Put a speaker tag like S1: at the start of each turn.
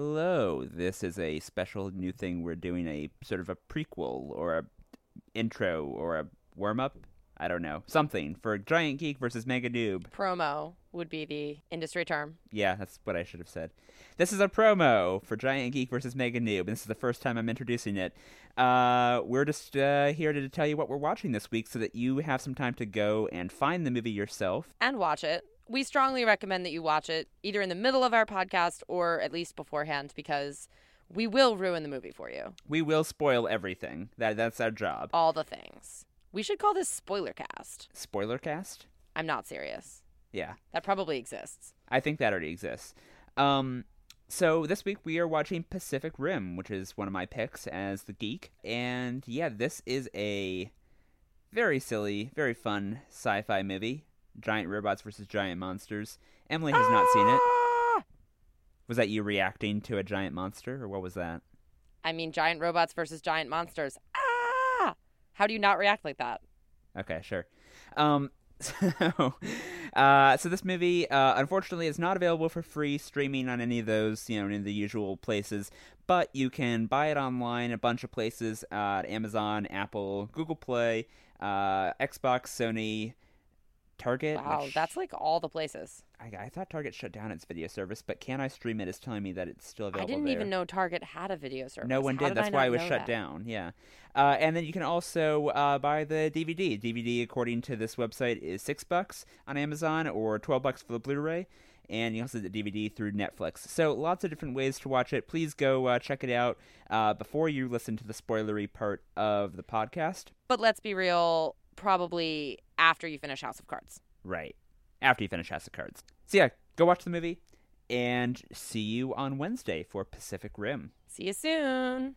S1: Hello. This is a special new thing we're doing a sort of a prequel or a intro or a warm up. I don't know. Something for Giant Geek versus Mega Noob.
S2: Promo would be the industry term.
S1: Yeah, that's what I should have said. This is a promo for Giant Geek versus Mega Noob, and this is the first time I'm introducing it. Uh, we're just uh, here to tell you what we're watching this week so that you have some time to go and find the movie yourself.
S2: And watch it. We strongly recommend that you watch it either in the middle of our podcast or at least beforehand because we will ruin the movie for you.
S1: We will spoil everything. That That's our job.
S2: All the things. We should call this spoiler cast.
S1: Spoiler cast?
S2: I'm not serious.
S1: Yeah,
S2: That probably exists.
S1: I think that already exists. Um, so this week we are watching Pacific Rim, which is one of my picks as the geek. And yeah, this is a very silly, very fun sci-fi movie. Giant robots versus giant monsters. Emily has not seen it.
S2: Ah!
S1: Was that you reacting to a giant monster, or what was that?
S2: I mean, giant robots versus giant monsters. Ah! How do you not react like that?
S1: Okay, sure. Um, so, uh, so this movie, uh, unfortunately, is not available for free streaming on any of those, you know, in the usual places. But you can buy it online a bunch of places: uh, Amazon, Apple, Google Play, uh, Xbox, Sony, Target.
S2: Wow,
S1: which-
S2: that's like all the places.
S1: I, I thought Target shut down its video service, but Can I Stream It is telling me that it's still
S2: I
S1: available.
S2: didn't
S1: there.
S2: even know Target had a video service.
S1: No one
S2: How
S1: did. That's
S2: I
S1: why
S2: not
S1: it was
S2: know
S1: shut
S2: that?
S1: down. Yeah, uh, and then you can also uh, buy the DVD. DVD, according to this website, is six bucks on Amazon or twelve bucks for the Blu-ray, and you also get the DVD through Netflix. So lots of different ways to watch it. Please go uh, check it out uh, before you listen to the spoilery part of the podcast.
S2: But let's be real, probably after you finish House of Cards.
S1: Right after you finish House of Cards. So yeah, go watch the movie, and see you on Wednesday for Pacific Rim.
S2: See you soon.